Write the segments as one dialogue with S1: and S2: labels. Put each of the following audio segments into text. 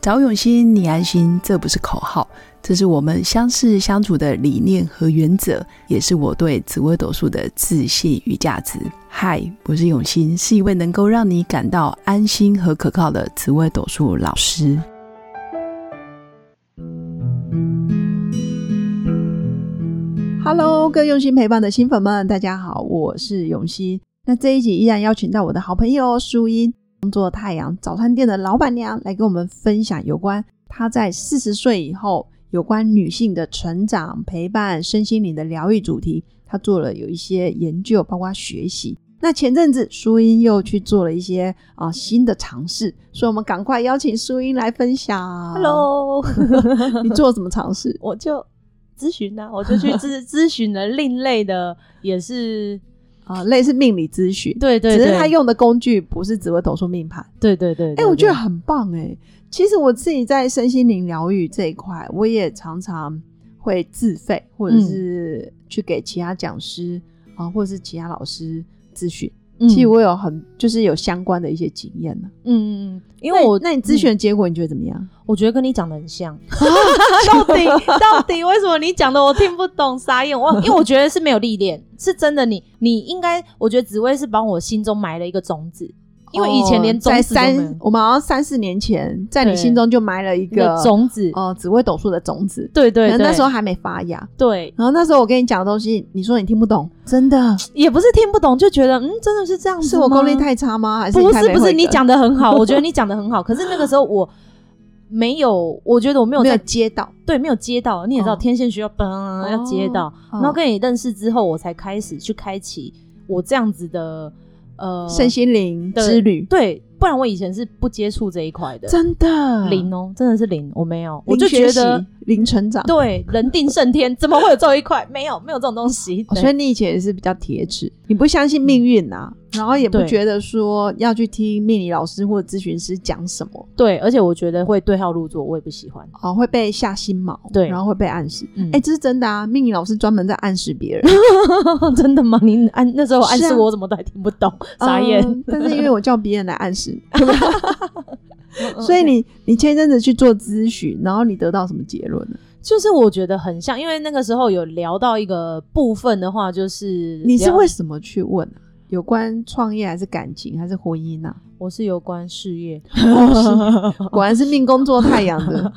S1: 找永新，你安心，这不是口号，这是我们相识相处的理念和原则，也是我对紫微斗数的自信与价值。嗨，我是永新，是一位能够让你感到安心和可靠的紫微斗数老师。
S2: Hello，各位用心陪伴的新粉们，大家好，我是永熙。那这一集依然邀请到我的好朋友淑英，工作太阳早餐店的老板娘，来跟我们分享有关她在四十岁以后有关女性的成长、陪伴、身心灵的疗愈主题。她做了有一些研究，包括学习。那前阵子淑英又去做了一些啊、新的尝试，所以我们赶快邀请淑英来分享。
S3: Hello，
S2: 你做了什么尝试？
S3: 我就咨询呐，我就去 咨咨询了另类的，也是
S2: 啊，类似命理咨询，
S3: 对对
S2: 只
S3: 对，
S2: 是他用的工具不是紫微斗数命盘。
S3: 对对对，
S2: 哎、
S3: 对
S2: 我觉得
S3: 对
S2: 很棒哎、其实我自己在身心灵疗愈这一块，我也常常会自费，或者是去给其他讲师啊、或者是其他老师咨询。
S3: 嗯
S2: 其实我有很就是有相关的一些经验呢、
S3: 嗯嗯嗯，因
S2: 因
S3: 为我
S2: 那你咨询的结果你觉得怎么样？
S3: 我觉得跟你讲的很像， 到 底到底为什么你讲的我听不懂？傻眼！ 我因为我觉得是没有历练，是真的你。你应该，我觉得紫薇是帮我心中埋了一个种子，因为以前连
S2: 哦
S3: 种
S2: 在
S3: 子都没有
S2: 三，我们好像三四年前，在你
S3: 对
S2: 心中就埋了一
S3: 一个
S2: 个
S3: 种子。
S2: 哦紫微斗数的种子，
S3: 对对
S2: 可
S3: 对，
S2: 能那时候还没发芽。
S3: 对
S2: 然后那时候我跟你讲的东西，你说你听不懂，真的
S3: 也不是听不懂，就觉得嗯，真的是这样子
S2: 是我
S3: 吗
S2: 功力太差吗？还是
S3: 不
S2: 太
S3: 是
S2: 没
S3: 不
S2: 慧
S3: 是，你
S2: 根
S3: 讲的很 好，我觉得你讲的很好。可是那个时候我没有，我觉得我没有
S2: 没
S3: 在
S2: 有接到？
S3: 对没有接到，你也知道、
S2: 哦
S3: 天线需要嘣、要接到，
S2: 哦
S3: 然后跟你认识之后，我才开始去开启我这样子的呃
S2: 身心灵
S3: 的
S2: 之旅，
S3: 对，不然我以前是不接触这一块的，
S2: 真的
S3: 零
S2: 零
S3: 哦，真的是零，我没有，我就觉
S2: 学习
S3: 得
S2: 零成长。
S3: 对人定胜天，怎么会有这一块？没有没有这种东西，
S2: 哦
S3: 对
S2: 所以你以前也是比较铁齿，你不相信命运呐、然后也不
S3: 对
S2: 觉得说要去听命理老师或者咨询师讲什么，
S3: 对，而且我觉得会对号入座，我也不喜欢。
S2: 哦，会被下心锚，
S3: 对
S2: 然后会被暗示。
S3: 嗯
S2: 哎、这是真的啊！命理老师专门在暗示别人，
S3: 真的吗？你暗那时候暗
S2: 是
S3: 示
S2: 啊
S3: 我，我怎么都还听不懂， 傻眼。
S2: 嗯但是因为我叫别人来暗示，
S3: 嗯
S2: 所以你你前一阵子去做咨询，然后你得到什么结论呢？
S3: 就是我觉得很像，因为那个时候有聊到一个部分的话，就是
S2: 你是
S3: 聊
S2: 为什么去问啊？有关创业还是感情还是婚姻啊？
S3: 我是有关事业，
S2: 果然是命宫做太阳 的，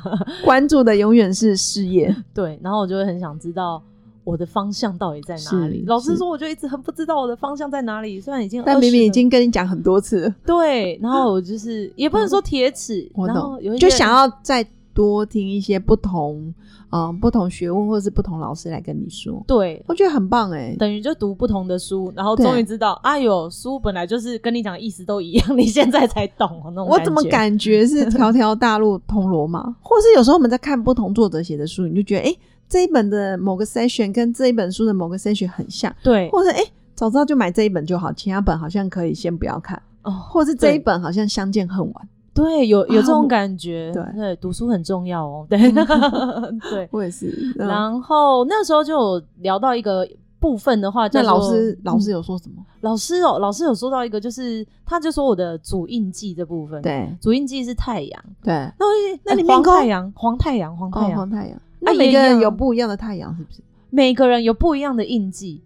S2: 关注的永远是事业。
S3: 对，然后我就会很想知道我的方向到底在哪里
S2: 是。
S3: 老实
S2: 是
S3: 说，我就一直很不知道我的方向在哪里，虽然已经
S2: 但
S3: 20
S2: 明明已
S3: 了
S2: 经跟你讲很多次了，
S3: 对，然后我就是 也不能说铁齿，
S2: 我
S3: 然后
S2: 懂
S3: 有一，些
S2: 就想要再多听一些不同，嗯、不同学问或是不同老师来跟你说，
S3: 对。
S2: 我觉得很棒哎、
S3: 等于就读不同的书，然后
S2: 对
S3: 终于知道，哎呦，书本来就是跟你讲的意思都一样，你现在才懂那种。
S2: 我怎么？感觉是条条大路通罗 马，或是有时候我们在看不同作者写的书，你就觉得哎、诶这一本的某个 session 跟这一本书的某个 session 很像，
S3: 对，
S2: 或者哎、诶早知道就买这一本就好，其他本好像可以先不要看，
S3: 哦，
S2: 或是这一
S3: 对
S2: 本好像相见恨晚。
S3: 对，有有
S2: 啊
S3: 这种
S2: 我
S3: 感觉，
S2: 对
S3: 对，读书很重要哦，对
S2: 嗯
S3: 对。
S2: 我也是，嗯
S3: 然后那时候就有聊到一个部分的话，
S2: 那
S3: 叫
S2: 老
S3: 做
S2: 师老师
S3: 嗯
S2: 有说什么？
S3: 老师有老师有说到一个，就是他就说我的主印记这部分，，
S2: 对
S3: 主印记是太阳，
S2: 对，
S3: 那我就
S2: 那你
S3: 哎
S2: 命
S3: 黄
S2: 宫
S3: 太阳黄太阳黄太
S2: 哦，
S3: 阳，
S2: 黄太阳。那
S3: 那也
S2: 每
S3: 一
S2: 个
S3: 样
S2: 人有不一样的太阳，是不是？
S3: 每个人有不一样的印记。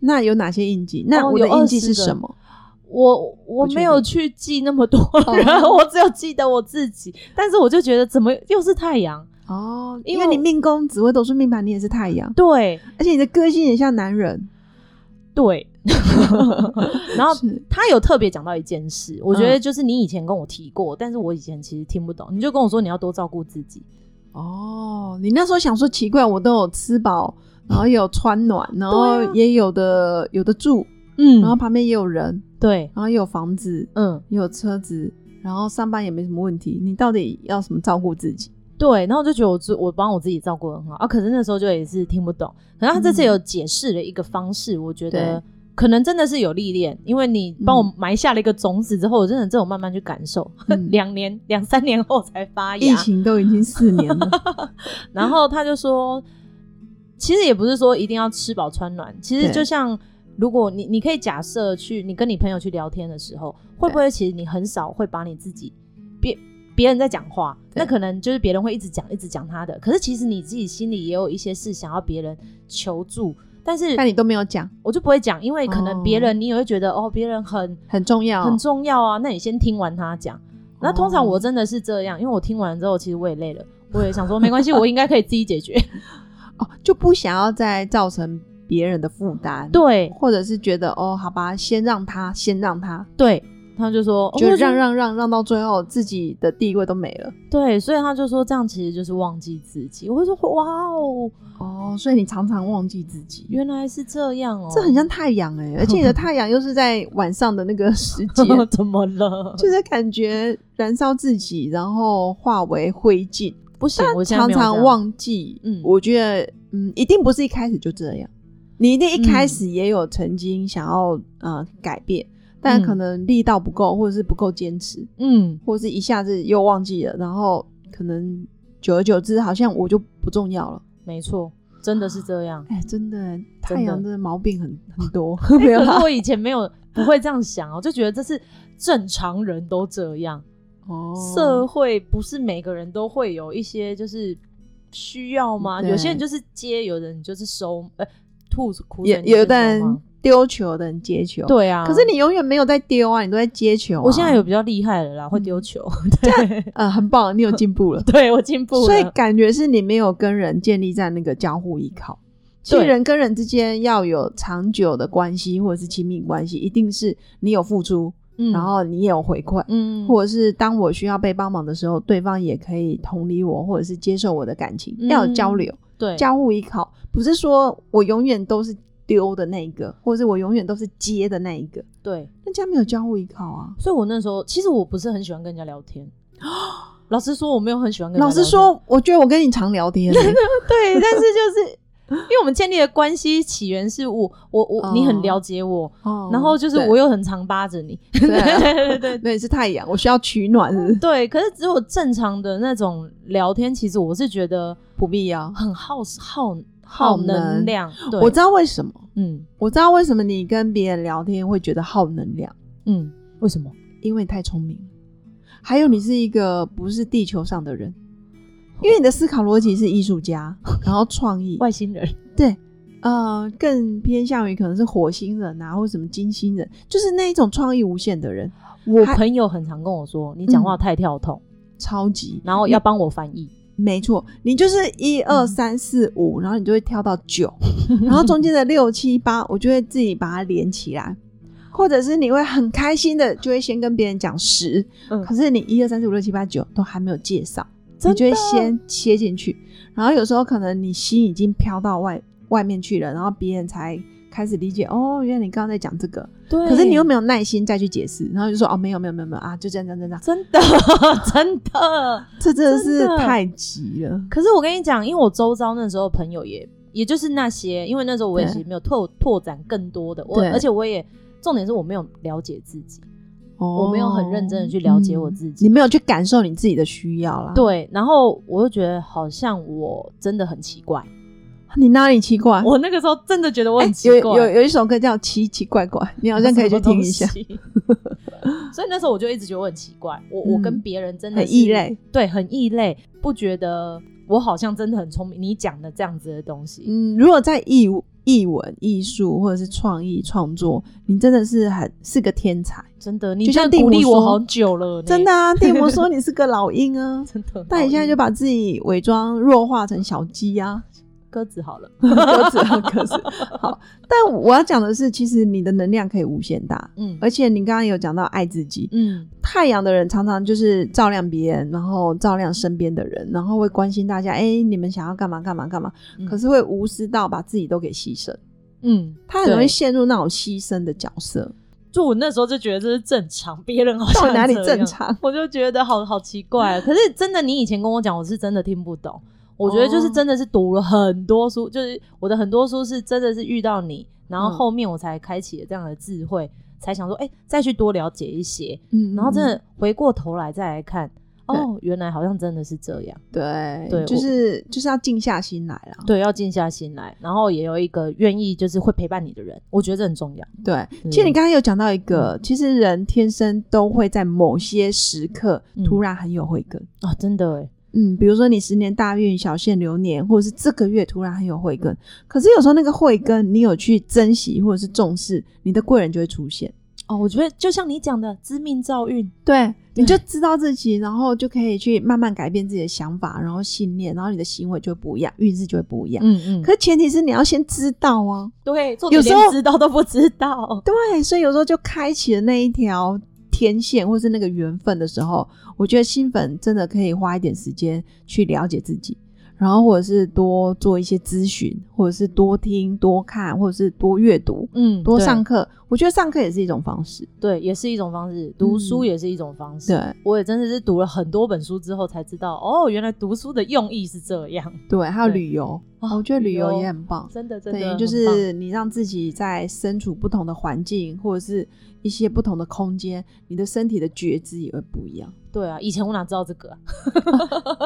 S2: 那有哪些印记？那
S3: 哦
S2: 我的
S3: 有
S2: 印记
S3: 20
S2: 是
S3: 个
S2: 什么？
S3: 我我
S2: 不确
S3: 没有
S2: 定
S3: 去记那么多 人，
S2: 哦
S3: 我只有记得我自己，但是我就觉得怎么又是太阳？
S2: 哦，
S3: 因
S2: 因
S3: 为
S2: 为你
S3: 我
S2: 命宫紫微斗数命盘，你也是太阳，
S3: 对
S2: 而且你的个性也像男人。
S3: 对，然后
S2: 是
S3: 他有特别讲到一件事，我觉
S2: 嗯
S3: 得就是你以前跟我提过，但是我以前其实听不懂，你就跟我说你要多照顾自己。
S2: 哦，你那时候想说奇怪，我都有吃 饱，然后也有穿暖，然后
S3: 对啊
S2: 也有的有的住，
S3: 嗯
S2: 然后旁边也有人，
S3: 对，
S2: 然后也有房子，
S3: 嗯
S2: 也有车子，然后上班也没什么问题。你到底要什么照顾自 己？
S3: 对，然后我就觉得我自我帮我自己照顾得很好啊，可是那时候就也是听不懂，可是他这次
S2: 嗯
S3: 有解释了一个方式，我觉得
S2: 对。
S3: 可能真的是有历练，因为你帮我
S2: 嗯
S3: 埋下了一个种子之后，我真的这种慢慢去感受，
S2: 嗯
S3: 两年两三年后才发芽。
S2: 疫情都已经四年了，
S3: 然后他就说，其实也不是说一定要吃饱穿暖，其实
S2: 对
S3: 就像如果你你可以假设去你跟你朋友去聊天的时候，会不会其实你很少会把你自己变别人在讲话，
S1: 对
S3: 那可能就是别人会一直讲一直讲他的，可是其实你自己心里也有一些事想要别人求助，但是
S2: 但你都没有讲，
S3: 我就不会讲，因为可
S2: 哦
S3: 能别人你也会觉得哦，别人很
S2: 很重要，
S3: 很重要啊，那你先听完他讲。那通
S2: 哦
S3: 常我真的是这样，因为我听完之后，其实我也累了，我也想说没关系，我应该可以自己解决。
S2: 哦，就不想要再造成别人的负担，，
S3: 对
S2: 或者是觉得哦，好吧，先让他，先让他，
S3: 对，他就说，哦
S2: 就
S3: 我
S2: 让让让让到最后，自己的地位都没了。
S3: 对，所以他就说这样其实就是忘记自己。我就说哇哦，
S2: 哦，所以你常常忘记自己，
S3: 原来是这样哦，
S2: 这很像太阳哎、而且你的太阳又是在晚上的那个时 间，
S3: 怎么了？
S2: 就是感觉燃烧自己，然后化为灰烬。
S3: 不行，我现在
S2: 常
S3: 没有这样
S2: 常。忘记，嗯
S3: 嗯，
S2: 我觉得，嗯，一定不是一开始就这样，你一定一开始也有曾经想要呃改变，但可能力道不够，或者是不够坚持，
S3: 嗯，
S2: 或者是一下子又忘记了，然后可能久而久之，好像我就不重要了。
S3: 没错，真的是这样。
S2: 哎，真的，
S3: 真的
S2: 太阳真的毛病很很多，
S3: 没有，可 是我以前没有不会这样想哦，就觉得这是正常人都这样。
S2: 哦
S3: 社会不是每个人都会有一些就是需要吗？
S2: 对
S3: 有些人就是接，有人就是收，呃，吐苦水
S2: 也
S3: 你接
S2: 有
S3: 收
S2: 的人
S3: 吗
S2: 丢球，有的人接球，、
S3: 对啊，
S2: 可是你永远没有在丢啊，你都在接球啊、
S3: 我现在有比较厉害了
S2: 嗯
S3: 啦，会丢球， 对，
S2: 呃，很棒，你有进步了。
S3: 对我进步了，
S2: 所以感觉是你没有跟人建立在那个交互依靠。其实
S3: 对
S2: 人跟人之间要有长久的关系或者是亲密关系，一定是你有付出，
S3: 嗯
S2: 然后你也有回馈，
S3: 嗯，
S2: 或者是当我需要被帮忙的时候，对方也可以同理我，或者是接受我的感情，要有交流、
S3: 嗯对
S2: 交互依靠，不是说我永远都是丢的那一个，或者是我永远都是接的那一个，
S3: 对，
S2: 那这样没有交互依靠啊。
S3: 所以我那时候其实我不是很喜欢跟人家 聊天。老实说，我没有很喜欢跟人
S2: 老
S3: 家聊天。
S2: 实说，我觉得我跟你常聊 天欸、
S3: 对，但是就是 因为我们建立的关系起源是我，我我、
S2: 哦
S3: 你很了解我，
S2: 哦
S3: 然后就是
S2: 对
S3: 我又很常扒着你，
S2: 对啊
S3: 对对
S2: 那也是太阳，我需要取暖是不是
S3: 对。可是只有正常的那种聊天，其实我是觉得
S2: 不必要。
S3: 很耗耗
S2: 耗
S3: 耗
S2: 能
S3: 能量。对，
S2: 我知道为什么，
S3: 嗯
S2: 我知道为什么你跟别人聊天会觉得耗能量，
S3: 嗯，为什么？
S2: 因为你太聪明了还有你是一个不是地球上的人，因为你的思考逻辑是艺术家，然后创意，
S3: 外星人
S2: 对，呃，更偏向于可能是火星人啊，或什么金星人，就是那一种创意无限的人，
S3: 我
S2: 还
S3: 朋友很常跟我说，你讲话
S2: 嗯
S3: 太跳痛，
S2: 超级
S3: 然后要帮我翻译。
S2: 没错，你就是一二三四五，然后你就会跳到九，然后中间的六七八，我就会自己把它连起来，或者是你会很开心的，就会先跟别人讲十、
S3: 嗯
S2: 可是你一二三四五六七八九都还没有介绍，你
S3: 真
S2: 就会
S3: 的
S2: 先切进去，然后有时候可能你心已经飘到外外面去了，然后别人才开始理解，哦，原来你刚刚在讲这个，
S3: 对
S2: 可是你又没有耐心再去解释，然后就说哦，没有没有没有没有啊，就这样这样这样，
S3: 真的 真 的。
S2: 这真的是
S3: 真的
S2: 太急了，
S3: 可是我跟你讲，因为我周遭那时候朋友也也就是那些，因为那时候我也
S2: 对
S3: 其实没有拓拓展更多的，我
S2: 对
S3: 而且我也重点是我没有了解自己，
S2: 哦
S3: 我没有很认真的去了解我
S2: 嗯
S3: 自己。
S2: 你没有去感受你自己的需要啦。，
S3: 对，然后我就觉得好像我真的很奇怪，
S2: 你哪里奇怪？
S3: 我那个时候真的觉得我
S2: 啊哎
S3: 很奇
S2: 有
S3: 怪，
S2: 有有一首歌叫《奇奇怪怪》，你好像可以去听一下
S3: 什，么东西 所以那时候我就一直觉得我很奇怪，我、我跟别人真的
S2: 嗯很
S3: 是
S2: 异，类。
S3: 对，很异类，不觉得我好像真的很聪明。你讲的这样子的东西，
S2: 嗯，如果在艺艺文、艺术或者是创意创作，你真的是很是个天才，
S3: 真的，你
S2: 就
S3: 这
S2: 像
S3: 样
S2: 蒂姆
S3: 鼓励我
S2: 说
S3: 好久了呢，
S2: 真的啊！蒂姆说你是个老鹰啊
S3: ，真的。嗯
S2: 但你现在就把自己伪装弱化成小鸡 啊，
S3: 鸽子好了，
S2: 鸽子啊鸽子。好，但我要讲的是，其实你的能量可以无限大，
S3: 嗯
S2: 而且你刚刚有讲到爱自己，
S3: 嗯，
S2: 太阳的人常常就是照亮别人，然后照亮身边的人，然后会关心大家，哎、你们想要干嘛干嘛干嘛，
S3: 嗯
S2: 可是会无私到把自己都给牺牲，
S3: 嗯，
S2: 他很容易
S3: 对
S2: 陷入那种牺牲的角色，
S3: 就我那时候就觉得这是正常，别人好
S2: 到
S3: 像
S2: 底哪里
S3: 这样
S2: 正？常？
S3: 我就觉得好好奇怪。啊可是真的，你以前跟我讲，我是真的听不懂。我觉得就是
S2: 哦
S3: 真的是读了很多书，就是我的很多书是真的是遇到你，然后
S2: 嗯
S3: 后面我才开启了这样的智慧，才想说，哎、再去多了解一些。
S2: 嗯
S3: 然后真的回过头来再来看，哦，原来好像真的是这样。
S2: 哦嗯对，
S3: 对
S2: 就
S3: 我
S2: 是就是要静下心来啦。
S3: 对，要静下心来，然后也有一个愿意就是会陪伴你的人，我觉得这很重要。
S2: 对，
S3: 嗯
S2: 其实你刚刚有讲到一个，其实人天生都会在某些时刻
S3: 嗯
S2: 突然很有慧根。
S3: 啊、真的哎，
S2: 嗯，比如说你十年大运、小限流年，或者是这个月突然很有慧根，可是有时候那个慧根你有去珍惜或者是重视，你的贵人就会出现。
S3: 哦，我觉得就像你讲的，知命造运，
S2: 对，你就
S3: 对
S2: 知道自己，然后就可以去慢慢改变自己的想法，然后信念，然后你的行为就会不一样，运势就会不一样。
S3: 嗯嗯，
S2: 可前提是你要先知道啊，
S3: 对，做
S2: 有
S3: 有
S2: 时
S3: 时
S2: 候
S3: 候知道都不知道，
S2: 对，所以有时候就开启了那一条天线，或是那个缘分的时候，我觉得新粉真的可以花一点时间去了解自己，然后或者是多做一些咨询，或者是多听、多看，或者是多阅读、
S3: 嗯，
S2: 多
S3: 对
S2: 上课。我觉得上课也是一种方式。
S3: 对也是一种方式，读书
S2: 嗯
S3: 也是一种方式。
S2: 对
S3: 我也真的是读了很多本书之后才知道，哦，原来读书的用意是这样，
S2: 对，还有
S3: 对
S2: 旅游，
S3: 哦
S2: 我觉得旅
S3: 旅游
S2: 游也很棒。
S3: 真的真
S2: 等
S3: 的
S2: 于
S3: 很
S2: 就
S3: 棒
S2: 是你让自己在身处不同的环境，或者是一些不同的空间，你的身体的觉知也会不一 样。
S3: 对啊，以前我哪知道这个啊、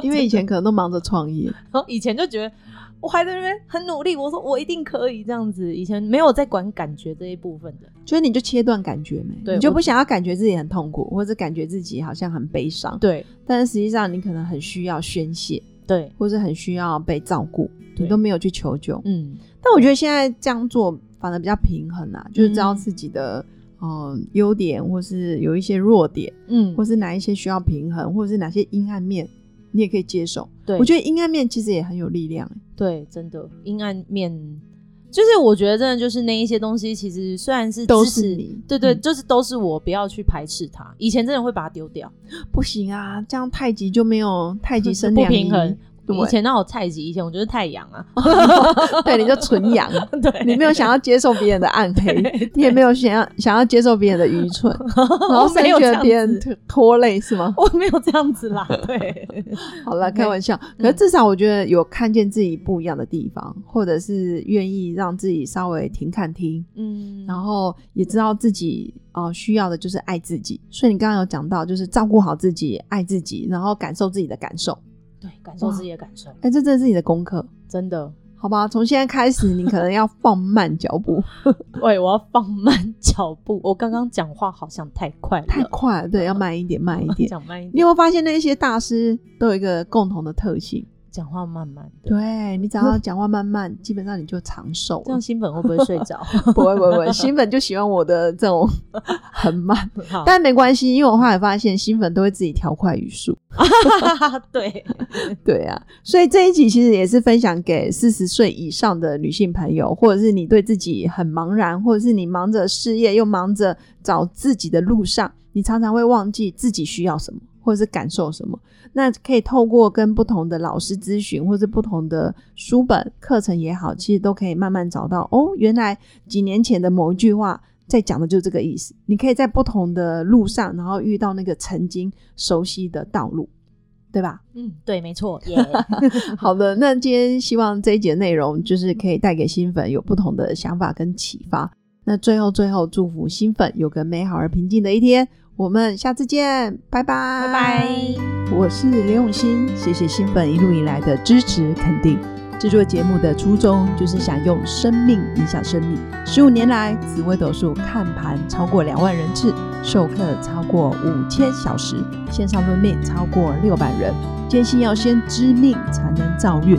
S2: 因为以前可能都忙着创业，
S3: 然后以前就觉得我还在那边很努力，我说我一定可以这样子，以前没有在管感觉这一部分的，
S2: 就是你就切断感觉没，
S3: 对
S2: 你就
S3: 我
S2: 不想要感觉自己很痛苦，或者感觉自己好像很悲伤。，
S3: 对
S2: 但是实际上你可能很需要宣泄，
S3: 对，
S2: 或是很需要被照顾，你
S3: 对
S2: 都没有去求救。
S3: 嗯，
S2: 但我觉得现在这样做反而比较平衡啊，就是知道自己的嗯优、点，或是有一些弱点，
S3: 嗯
S2: 或，是哪一些需要平衡，或者是哪些阴暗面，你也可以接受。
S3: 对，
S2: 我觉得阴暗面其实也很有力量、欸
S3: 对，真的阴暗面，就是我觉得真的就是那一些东西，其实虽然是
S2: 都
S3: 支
S2: 是
S3: 持
S2: 你
S3: 对对，
S2: 嗯
S3: 就是都是我，不要去排斥它。以前真的会把它丢掉，
S2: 不行啊，这样太极就没有太极
S3: 就是
S2: 生
S3: 不
S2: 两
S3: 平
S2: 仪
S3: 衡。
S2: 对
S3: 以前那我太极，以前我就是太阳 啊，
S2: 对，你就纯阳。
S3: 对，
S2: 你没有想要接受别人的暗黑，你也没有想要想要接受别人的愚蠢，然后
S3: 我
S2: 甚
S3: 哦没
S2: 至
S3: 有
S2: 觉
S3: 这
S2: 得
S3: 样
S2: 别人
S3: 子，
S2: 拖累是吗？
S3: 我没有这样子啦， 对，
S2: 好了，
S3: OK 嗯
S2: 开玩笑。可是至少我觉得有看见自己不一样的地方，或者是愿意让自己稍微停看听，
S3: 嗯，
S2: 然后也知道自己呃需要的就是爱自己。所以你刚刚有讲到，就是照顾好自己，爱自己，然后感受自己的感受。
S3: 对，感受自己的感受，
S2: 哎，这真的是你的功课，
S3: 真的，
S2: 好吧？从现在开始，你可能要放慢脚步，
S3: 喂，我要放慢脚步，我刚刚讲话好像太快了，。
S2: 太快了，对，要慢一点，慢一点
S3: 讲慢一
S2: 你
S3: 点，
S2: 有没有发现那些大师都有一个共同的特性？
S3: 讲话慢慢的，
S2: 对你只 要讲话慢慢，基本上你就长寿
S3: 这
S2: 了
S3: 样。新粉会不会睡着？
S2: 不会不会不会，新粉就喜欢我的这种 很慢，
S3: 好，
S2: 但没关系，因为我后来发现新粉都会自己调快语速。
S3: 对，
S2: 对啊，所以这一集其实也是分享给四十岁以上的女性朋友，或者是你对自己很茫然，或者是你忙着事业又忙着找自己的路上，你常常会忘记自己需要什么，或者是感受什么。那可以透过跟不同的老师咨询，或是不同的书本课程也好，其实都可以慢慢找到哦，原来几年前的某一句话。在讲的就是这个意思。你可以在不同的路上，然后遇到那个曾经熟悉的道路，对吧？
S3: 嗯，对，没错， 耶、
S2: 好的，那今天希望这一节内容就是可以带给新粉有不同的想法跟启发。那最后最后祝福新粉有个美好而平静的一天，我们下次见，拜拜
S3: 拜拜。
S2: 我是刘永新，谢谢新粉一路以来的支持肯定。制作节目的初衷就是想用生命影响生命。十五年来，紫微斗数看盘超过两万人次，授课超过五千小时，线上论命超过六百人。坚信要先知命才能造运，